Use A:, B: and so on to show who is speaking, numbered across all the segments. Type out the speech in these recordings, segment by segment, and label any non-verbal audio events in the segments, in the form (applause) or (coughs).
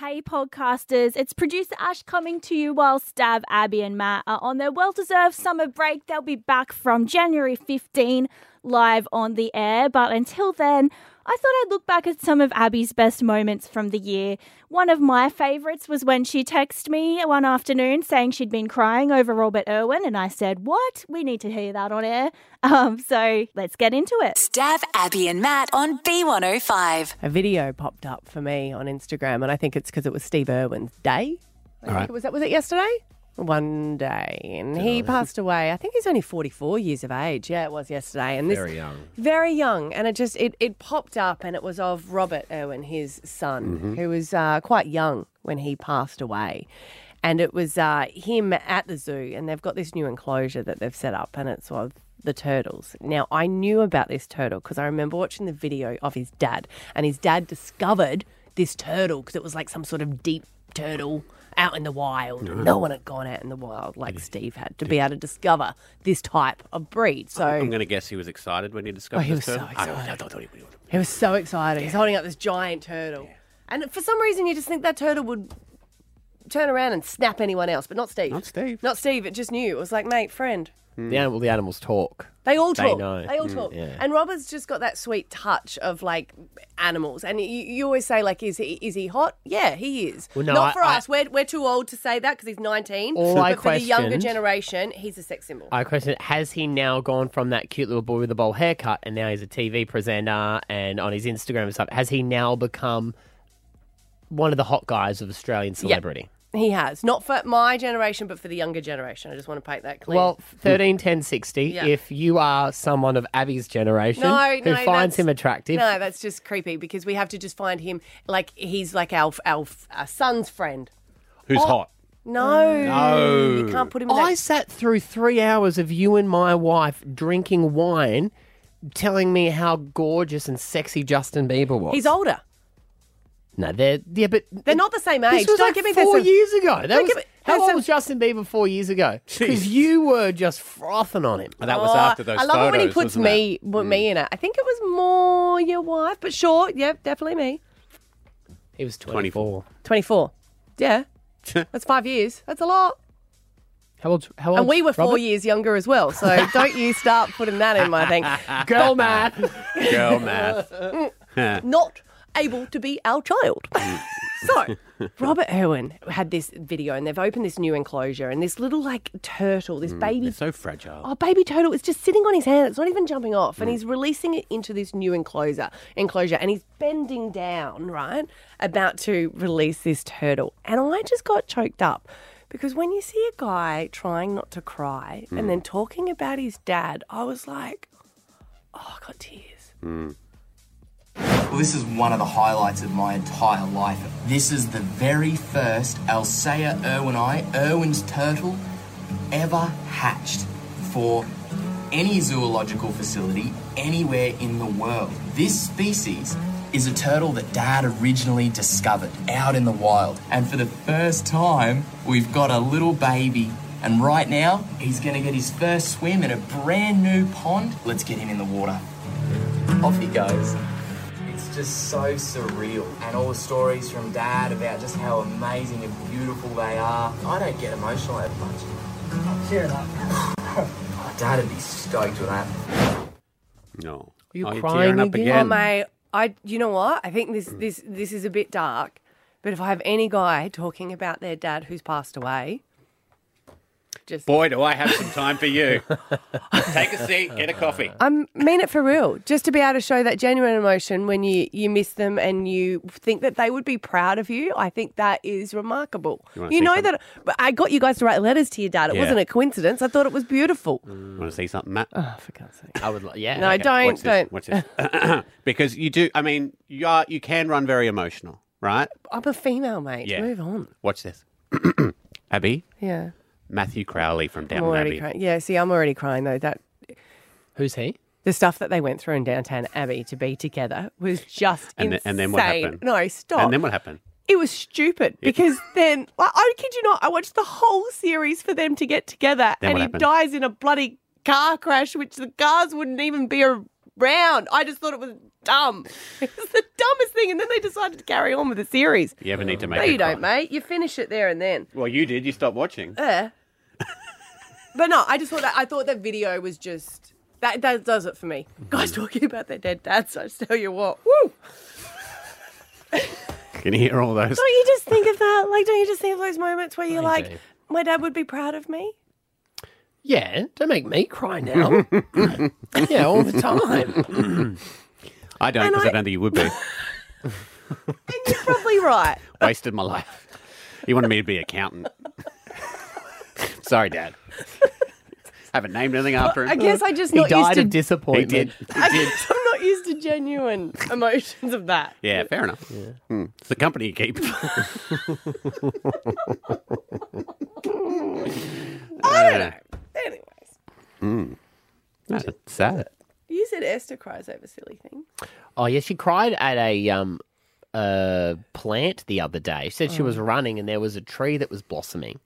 A: Hey, podcasters, it's producer Ash coming to you while Stav, Abby, and Matt are on their well deserved summer break. They'll be back from January 15 live on the air, but until then, I thought I'd look back at some of Abby's best moments from the year. One of my favourites was when she texted me one afternoon saying she'd been crying over Robert Irwin, and I said, What? We need to hear that on air. (laughs) Um, so let's get into it.
B: Stav, Abby, and Matt on B105.
C: a video popped up for me on Instagram, and I think it's because it was Steve Irwin's day. I think
D: right.
C: it was that was it yesterday? One day, and he passed away. I think he's only forty-four years of age. Yeah, it was yesterday, and this
D: Very young.
C: very young, and it just it, it popped up, and it was of Robert Irwin, his son, who was uh, quite young when he passed away, and it was uh, him at the zoo, and they've got this new enclosure that they've set up, and it's of the turtles. Now I knew about this turtle because I remember watching the video of his dad, and his dad discovered this turtle because it was like some sort of deep turtle. Out in the wild, no one had gone out in the wild like Steve had to be able to discover this type of breed. So
D: I'm going to guess he was excited when he discovered
C: Oh, he
D: this
C: was so
D: term. I
C: excited.
D: don't- I don't- I don't- I don't-
C: He was so excited. He's holding up this giant turtle. And for some reason, you just think that turtle would turn around and snap anyone else, but not Steve.
D: Not Steve.
C: Not Steve. It just knew. It was like, mate, friend.
E: The animal, the animals talk.
C: They all
E: They
C: talk.
E: know.
C: all
E: Mm,
C: talk.
E: yeah.
C: And Robert's just got that sweet touch of like animals. And you, you always say like, is he is he hot? Yeah, he is.
E: Well, no,
C: not
E: I-
C: for
E: I-
C: us. We're, we're too old to say that because he's nineteen.
E: All
C: but
E: I
C: for the younger
E: questioned-
C: generation, he's a sex symbol.
E: I question: Has he now gone from that cute little boy with a bowl haircut, and now he's a TV presenter, and on his Instagram and stuff? Has he now become one of the hot guys of Australian celebrity?
C: he has not for my generation, but for the younger generation. I just want to make that clear.
E: Well, thirteen, ten, sixty.
C: Yeah.
E: If you are someone of Abby's generation
C: No,
E: who
C: no,
E: finds
C: that's-
E: him attractive,
C: No, that's just creepy because we have to just find him like he's like our our, our son's friend. Oh.
D: Who's hot?
C: No, no, you can't put him. In
E: I
C: that.
E: sat through three hours of you and my wife drinking wine, telling me how gorgeous and sexy Justin Bieber was.
C: He's older.
E: No, they're yeah, but
C: They're not the same age.
E: This was
C: Don't
E: like
C: give me this.
E: four years ago. That
C: Don't
E: was,
C: give me-
E: how
C: that's
E: old
C: a-
E: was Justin Bieber four years ago? Because
D: Jeez.
E: you were just frothing on him.
D: Oh, that was after those
C: I love it when he
D: photos,
C: puts
D: wasn't it? Mm.
C: me well, me in it. I think it was more your wife, but sure, yeah, definitely me.
E: He was
D: 24.
C: Twenty four.
D: (laughs)
C: Yeah, that's five years. That's a lot.
E: How old? How old?
C: And we were four
E: Robert?
C: years younger as well. So don't you start putting that in my thing.
E: Girl math.
D: Girl math.
C: not able to be our child. (laughs)
D: (laughs)
C: so, Robert Irwin had this video, and they've opened this new enclosure, and this little like turtle, this baby.
D: Mm, So fragile.
C: Oh, baby turtle is just sitting on his hand. It's not even jumping off, and he's releasing it into this new enclosure. Enclosure, and he's bending down, right, about to release this turtle. And I just got choked up because when you see a guy trying not to cry
D: Mm.
C: and then talking about his dad, I was like, oh, I got tears.
F: Well, this is one of the highlights of my entire life. This is the very first Alsea irwini, Irwin's turtle, ever hatched for any zoological facility anywhere in the world. This species is a turtle that Dad originally discovered out in the wild. And for the first time, we've got a little baby. And right now, he's gonna get his first swim in a brand new pond. Let's get him in the water. Off he goes. It's just so surreal. And all the stories from Dad about just how amazing and beautiful they are. I don't get emotional that much. Sure enough. (laughs) Dad would be stoked with that.
D: No.
E: you
D: oh, you're
E: crying
D: tearing up
E: again?
D: again?
C: Oh, mate, I you know what? I think this this this is a bit dark, but if I have any guy talking about their dad who's passed away, just
D: Boy, do I have some time for
C: (laughs)
D: you. Take a seat, get a coffee.
C: I mean it for real. Just to be able to show that genuine emotion when you you miss them and you think that they would be proud of you, I think that is remarkable. You,
D: wanna see
C: know
D: some-
C: that. But I got you guys to write letters to your dad. It
D: Yeah.
C: wasn't a coincidence. I thought it was beautiful. Oh,
D: Want to see something, Matt?
C: for God's
D: (laughs)
C: sake.
E: (laughs) I would. like- Yeah.
C: No,
E: okay.
C: don't
D: Watch this.
C: don't.
D: Watch this. (coughs) because you do, I mean, you, are, you can run very emotional, right?
C: I'm a female, mate.
D: Yeah.
C: Move on.
D: Watch this. (coughs) Abby,
C: Yeah.
D: Matthew Crowley from
C: I'm
D: Downton
C: already
D: Abbey.
C: crying. Yeah. See, I'm already crying though. That
E: Who's he?
C: the stuff that they went through in downtown Abbey to be together was just
D: And then-
C: insane.
D: and then what happened?
C: No, stop.
D: And then what happened?
C: It was stupid because then I, I kid you not, I watched the whole series for them to get together,
D: Then
C: and
D: what
C: he
D: happened?
C: dies in a bloody car crash, which the cars wouldn't even be a round. I just thought it was dumb. (laughs) It's the dumbest thing. And then they decided to carry on with the series.
D: You ever need to make
C: No,
D: a
C: you don't,
D: con.
C: mate. You finish it there and then.
D: Well, you did. You stopped watching.
C: (laughs) Eh. but no, I just thought that I thought that video was just that that does it for me. Guys talking about their dead dads, I just tell you what. Woo!
D: Can you hear all those?
C: Don't you just think of that? Like, don't you just think of those moments where you're like,
E: do.
C: my dad would be proud of me?
E: Yeah, don't make me cry (laughs) now. yeah, all the time.
D: I don't,
C: And
D: because I...
C: I-
D: don't think you
C: (laughs)
D: would be.
C: And you're probably
E: (laughs)
C: right.
D: Wasted my life. You wanted me to be accountant. (laughs) Sorry, Dad. Haven't named anything after him.
C: I guess I just
E: He
C: not used
E: died
C: to.
E: of
D: he
E: disappointment.
D: did.
C: I (laughs) guess (laughs) I'm not used to
E: (laughs)
C: genuine emotions of that.
D: Yeah, fair enough. Hmm. It's the company you (laughs) keep.
C: I don't know. Anyways,
D: No, (laughs) it's sad.
C: you said Esther cries over silly things.
E: Oh yeah, she cried at a um a plant the other day. She said she was running and there was a tree that was blossoming.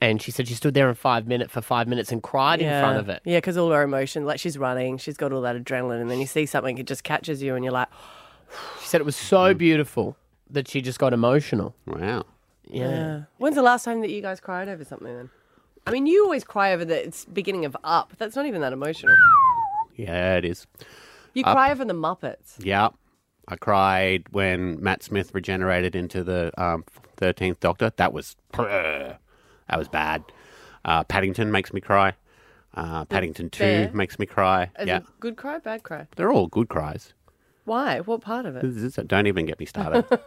E: And she said she stood there in five minutes for five minutes and cried in front of it.
C: Yeah, because all her emotion, like she's running, she's got all that adrenaline, and then you see something, it just catches you, and you're like,
E: She said it was so beautiful that she just got emotional.
D: Wow.
E: Yeah.
C: Uh, When's the last time that you guys cried over something then? I mean, you always cry over the it's beginning of Up. That's not even that emotional.
D: Yeah, it is.
C: You cry over the Muppets.
D: Yeah. I cried when Matt Smith regenerated into the um, 13th Doctor. That was (laughs) that was bad. Uh, Paddington makes me cry. Uh, Paddington 2
C: bear?
D: makes me cry.
C: As
D: yeah.
C: a good cry, bad cry.
D: They're all good cries.
C: Why? What part of it?
D: This is- Don't even get me started.
C: (laughs)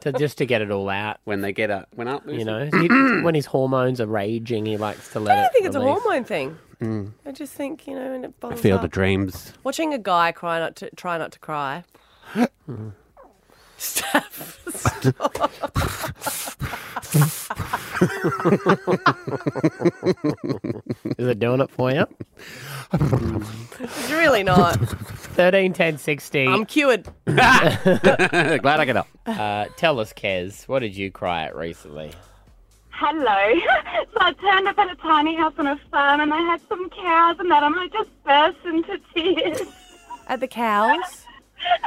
E: So just to get it all out.
D: when they get up, when up,
E: You know,
C: (clears throat)
E: He- when his hormones are raging, he likes to let
C: I
E: it.
C: don't think it's a
E: release.
C: hormone thing. I just think you know, and it bottles
D: feel
C: up.
D: the dreams.
C: Watching a guy cry not to try not to cry. Steph, stop.
E: Is it doing it for you?
C: (laughs) it's really not.
E: 13, 10, 60.
C: I'm cured.
D: Glad I get up.
E: Uh, tell us, Kez, what did you cry at recently?
G: Hello. (laughs) so I turned up at a tiny house on a farm and they had some cows and that and I just burst into tears (laughs)
C: At the cows.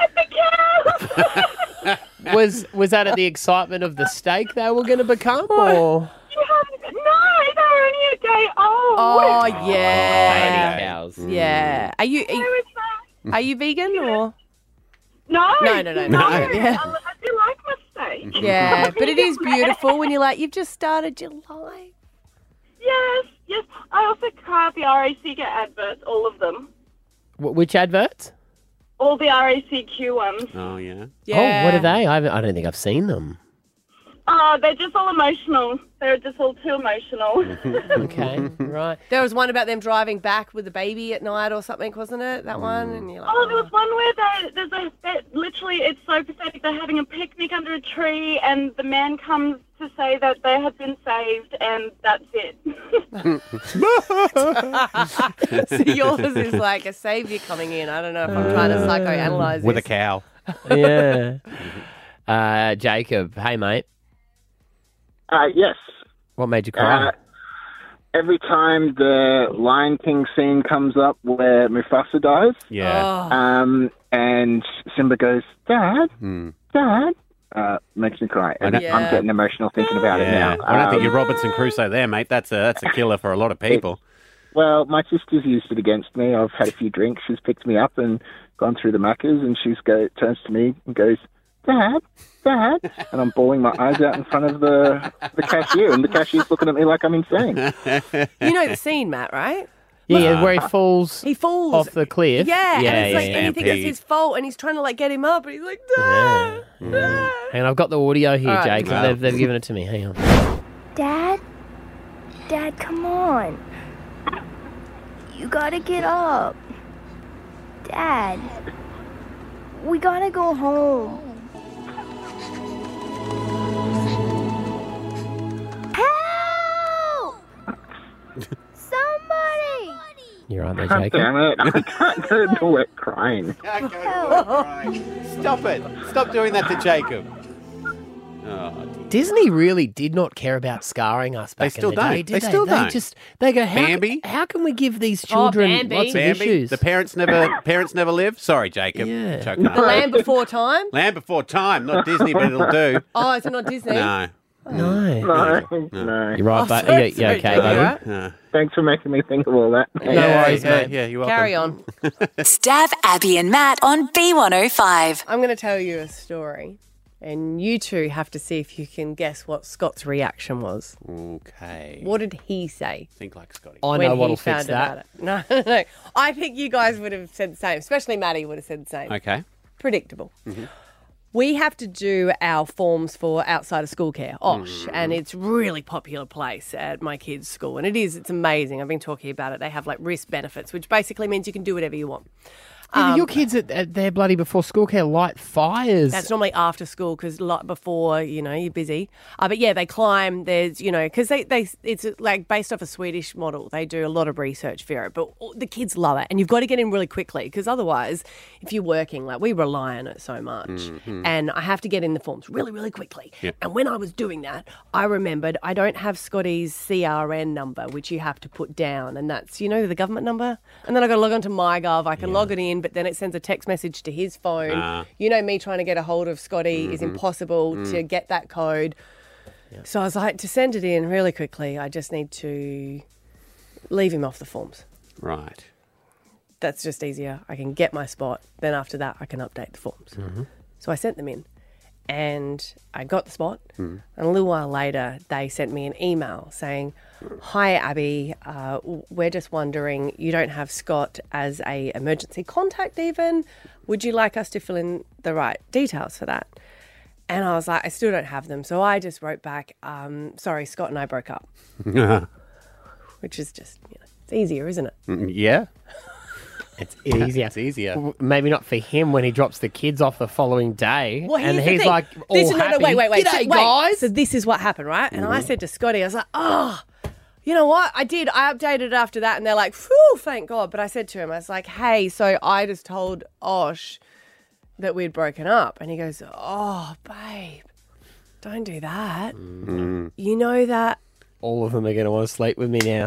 G: at the cows.
E: Was was that at the excitement of the steak they were going to become, or
G: no, they were only a day old.
C: Oh
E: baby
C: yeah,
E: cows?
C: yeah. Are you
G: They
C: are,
G: were so-
C: are you vegan or?
G: No.
C: No, no, no, no, yeah.
G: I, I do like my
C: (laughs)
G: steak.
C: Yeah,
G: (laughs)
C: but it is beautiful when you're like, you've just started your life.
G: Yes, yes. I also cry at the RACQ adverts, all of them.
E: Wh- which adverts?
G: All the RACQ ones.
D: Oh, yeah.
E: Oh, what are they? I, haven't- I don't think I've seen them.
G: Oh, they're just all emotional. They're just all too emotional.
E: Okay,
C: (laughs)
E: right.
C: There was one about them driving back with the baby at night or something, wasn't it? That one, and you're like,
G: Oh, there was one where they, there's a that literally it's so pathetic. They're having a picnic under a tree, and the man comes to say that they had been saved, and that's it. (laughs)
C: so (laughs) yours is like a savior coming in. I don't know if I'm trying to psychoanalyze
D: With a
C: this.
D: cow.
E: Yeah. (laughs) Uh, Jacob, hey mate,
H: Uh, yes.
E: what made you cry?
H: Uh, Every time the Lion King scene comes up where Mufasa dies,
C: Oh,
D: Yeah.
H: um, and Simba goes, "Dad,
D: Hmm.
H: Dad," uh, makes me cry, and
D: don't-
H: I'm getting emotional thinking about
D: Yeah.
H: it now.
D: I don't think
H: Um,
D: you're Robinson Crusoe there, mate. That's a, that's a killer for a lot of people.
H: Well, my sister's used it against me. I've had a few drinks. She's picked me up and gone through the muckers, and she's go turns to me and goes, "Dad, Dad," and I'm bawling my eyes out in front of the the cashier, and the cashier's looking at me like
D: (laughs)
H: I'm insane.
C: You know the scene, Matt, right?
E: yeah, yeah, where he falls
C: uh, He falls.
E: off the cliff.
C: yeah, and it's like, and you think it's
D: Stampede.
C: his fault, and he's trying to like get him up, and he's like,
E: Yeah.
C: Dad.
E: And I've got the audio here,
C: All right.
E: Jacob. They've, they've given it to me. Hang on.
I: Dad? Dad, come on. You gotta get up. Dad, we gotta go home. Help! Somebody!
E: You're right there,
H: God
E: Jacob.
H: damn it! I can't go to work crying.
D: Stop it. Stop doing that to Jacob. Oh, dear.
E: Disney really did not care about scarring us back
D: still
E: in the
D: don't.
E: day, did
D: They
E: they?
D: still don't.
E: just they go how,
D: Bambi?
E: how can we give these children
C: Bambi.
E: lots of
D: Bambi,
E: issues?
D: the parents never parents never live. Sorry, Jacob.
E: Yeah.
D: Choking up.
C: The Land Before Time?
D: Land before time, not Disney, but it'll do.
C: Oh, is it not Disney?
D: No.
E: no.
D: Yeah.
H: No, no.
E: You're right, but
C: sorry,
E: yeah,
C: sorry,
E: yeah, okay,
C: Jacob,
E: buddy.
C: all right?
D: No
H: Thanks for making me think of all that.
E: worries,
D: yeah,
E: mate.
D: yeah, you're welcome.
C: Carry
E: (laughs)
C: on.
B: Stab Abby and Matt on B105.
C: I'm going to tell you a story, and you two have to see if you can guess what Scott's reaction was.
D: Okay.
C: What did he say?
D: Think like Scotty.
E: I
C: when
E: know
C: he
E: what'll
C: found
E: fix that.
C: About it. (laughs) No, no. I think you guys would have said the same, especially Maddie would have said the same.
D: Okay.
C: Predictable.
E: Mm-hmm.
C: We have to do our forms for outside of school care, OSH,
E: Mm-hmm.
C: and it's really popular place at my kids' school, and it is. It's amazing. I've been talking about it. They have like risk benefits, which basically means you can do whatever you want.
E: Yeah, your kids at, at their bloody before school care light
C: (laughs)
E: fires.
C: That's normally after school because lot before you know you're busy. Uh, but yeah, they climb. There's you know because they they it's like based off a Swedish model. They do a lot of research for it, but all- the kids love it, and you've got to get in really quickly because otherwise, if you're working, like we rely on it so much, and I have to get in the forms really really quickly. And when I was doing that, I remembered I don't have Scotty's CRN number, which you have to put down, and that's you know the government number. And then I got to log on to MyGov. I can log it in, but then it sends a text message to his phone. You know, me trying to get a hold of Scotty is impossible to get that code. So I was like, to send it in really quickly, I just need to leave him off the forms.
D: Right. (laughs)
C: That's just easier. I can get my spot. Then after that, I can update the forms. So I sent them in and I got the spot. And a little while later, they sent me an email saying, Hi, Abby. Uh, w- we're just wondering, you don't have Scott as a emergency contact even. Would you like us to fill in the right details for that? And I was like, I still don't have them. So I just wrote back, um, sorry, Scott and I broke up, which is just, you know, it's easier, isn't it?
D: yeah.
E: It's easier.
D: It's easier.
E: W- Maybe not for him when he drops the kids off the following day.
C: Well, here's
E: and
C: the
E: he's
C: thing.
E: like, all
C: this, no, no,
E: happy.
C: wait, wait, wait.
E: G'day,
C: so, wait.
E: guys. Mm-hmm.
C: So this is what happened, right? And I said to Scotty, I was like, oh, you know what? I did. I updated it after that, and they're like, phew, thank God. But I said to him, I was like, hey, so I just told Osh that we'd broken up, and he goes, oh, babe, don't do that. You know that.
E: All of them are going to want to sleep with me now.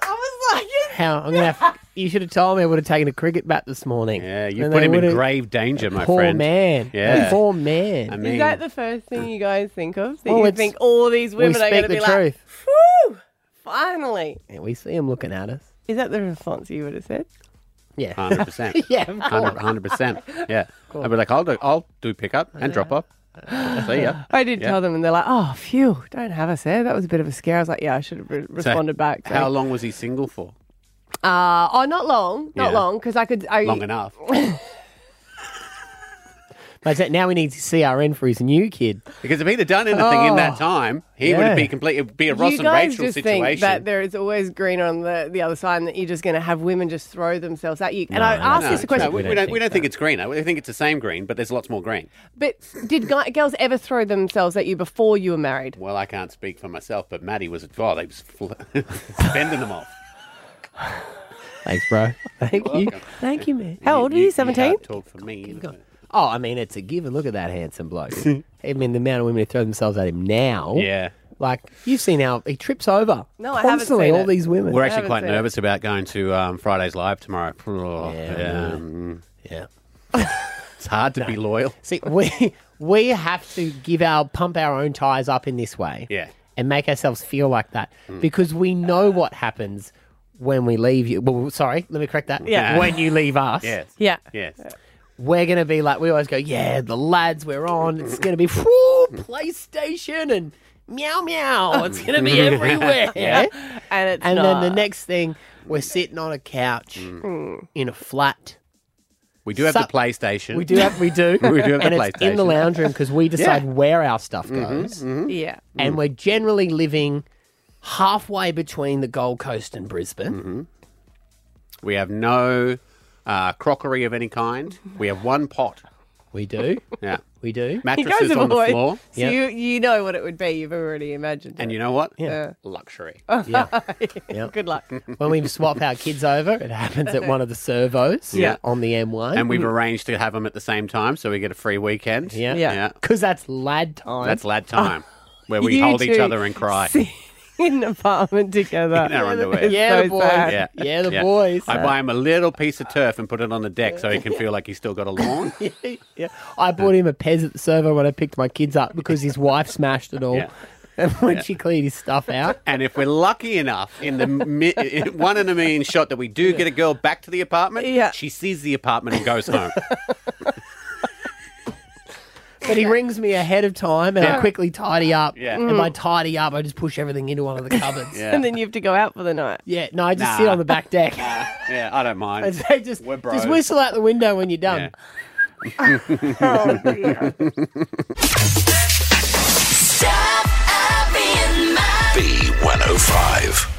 C: I was like, "Yes."
E: How I'm
C: (laughs)
E: gonna have. You should have told me I would have taken a cricket bat this morning.
D: Yeah, you
E: And
D: put
E: they
D: him in
E: would've-
D: grave danger, my
E: Poor
D: friend.
E: man.
D: Yeah.
E: Poor man.
D: I
C: Is
D: mean,
C: that the first thing you guys think of? That
E: Well,
C: you
E: it's-
C: think all these
E: we
C: women are going
E: speak
C: to
E: the
C: be
E: truth.
C: like, whew, finally.
E: And we see him looking at us.
C: Is that the response you would have said? (laughs)
E: Yeah. (laughs)
D: 100%.
E: yeah. Of course.
D: 100 percent. Yeah, I'd be like, I'll do, I'll do pickup and drop off. See ya.
C: (laughs) I did
D: Yeah.
C: tell them, and they're like, "Oh, phew, don't have us there." That was a bit of a scare. I was like, "Yeah, I should have re-
D: So
C: responded back."
D: How long was he single for?
C: Uh, oh, not long, not
D: Yeah.
C: long, because I could. I,
D: Long
C: (laughs)
D: enough.
E: Mate, so now we need CRN for his new kid.
D: Because if he'd have done anything in that time, he would
E: Yeah.
D: have been complete. It would be a Ross
C: Oh, you
D: and
C: guys
D: Rachel
C: just
D: situation.
C: think that there is always green on the, the other side, and that you're just going to have women just throw themselves at you. And I
E: no,
C: asked
D: no,
C: this question,
D: no, we, we don't. We don't think, it's green. We think it's the same green, but there's lots more green.
C: but did guy, girls ever throw themselves at you before you were married?
D: Well, I can't speak for myself, but Maddie was oh, they was fl- (laughs) fending them off. (laughs)
E: Thanks, bro. Thank you. Thank you, man.
C: How old are you? Seventeen.
D: can't Talk for me.
E: Oh, I mean, it's a given. Look at that
D: (laughs)
E: handsome bloke. I mean, the amount of women who throw themselves at him now.
D: Yeah.
E: Like, you've seen how he trips over.
C: No, I haven't
E: constantly,
C: seen
E: all
C: it.
E: these women.
D: We're
C: I
D: actually
C: haven't
D: quite
C: seen
D: nervous about going to um, Friday's live tomorrow.
E: Yeah,
D: Yeah,
E: I
D: mm,
E: yeah.
D: (laughs) it's hard to be loyal.
E: See, we (laughs) we have to give our pump our own tires up in this way.
D: Yeah.
E: And make ourselves feel like that because we know what happens when we leave you. Well, sorry, let me correct that.
C: Yeah.
E: When you leave us,
D: Yes.
C: Yeah.
D: Yes.
E: we're going to be like, we always go, yeah, the lads, we're on. It's going to be whoo, PlayStation and meow meow. It's going to be everywhere.
C: And it's
E: And
C: not.
E: then the next thing, we're sitting on a couch in a flat.
D: We do have
E: So-
D: the PlayStation.
E: We do have, we do.
D: We do have the
E: and it's in the
D: PlayStation.
E: lounge room because we decide where our stuff goes.
C: yeah.
D: Mm.
E: and we're generally living halfway between the Gold Coast and Brisbane.
D: Mm-hmm. We have no uh, crockery of any kind. We have one pot.
E: We do,
D: Yeah.
E: we do.
C: (laughs) You guys
D: Mattresses
C: have
D: on the
C: always- (laughs)
D: floor.
C: So
E: Yeah.
C: you you know what it would be. You've already imagined.
D: And
C: it. Uh,
D: you know what?
E: Yeah.
D: Luxury.
C: Oh.
E: Yeah,
C: Good luck.
E: when we swap our kids over, it happens at one of the servos.
D: Yeah.
E: on the M1,
D: And we've arranged to have them at the same time so we get a free weekend.
E: yeah,
C: Yeah. Oh.
E: because that's lad time.
D: That's lad time. where
C: (laughs)
D: we
C: You
D: hold each
C: two
D: other
C: (laughs)
D: and cry.
C: sitting in an apartment together.
D: In our underwear.
C: It's
E: Yeah,
C: so
E: the boy.
C: sad.
D: (laughs) Yeah,
E: (laughs) Yeah, the boys.
D: I buy him a little piece of turf and put it on the deck so he can feel like he's still got a lawn.
E: (laughs) yeah. I bought him a Pez at the servo when I picked my kids up because his wife smashed it all.
D: Yeah.
E: And (laughs) when she cleaned his stuff out,
D: (laughs) And if we're lucky enough, in the mi- (laughs) in one in a million shot that we do get a girl back to the apartment,
C: Yeah.
D: she sees the apartment and goes
E: (laughs)
D: home.
E: but he rings me ahead of time and I
D: Yeah.
E: quickly tidy up.
D: Yeah.
E: And by tidy up, I just push everything into one of the cupboards.
D: (laughs) Yeah.
C: And then you have to go out for the night.
E: Yeah, no, I just sit
D: Nah.
E: on the back deck.
D: yeah, I don't mind.
E: (laughs) and say, just,
D: We're
E: just
D: bros.
E: whistle out the window when you're
D: Yeah.
E: done.
B: Stab Abby and Matt.
J: B105.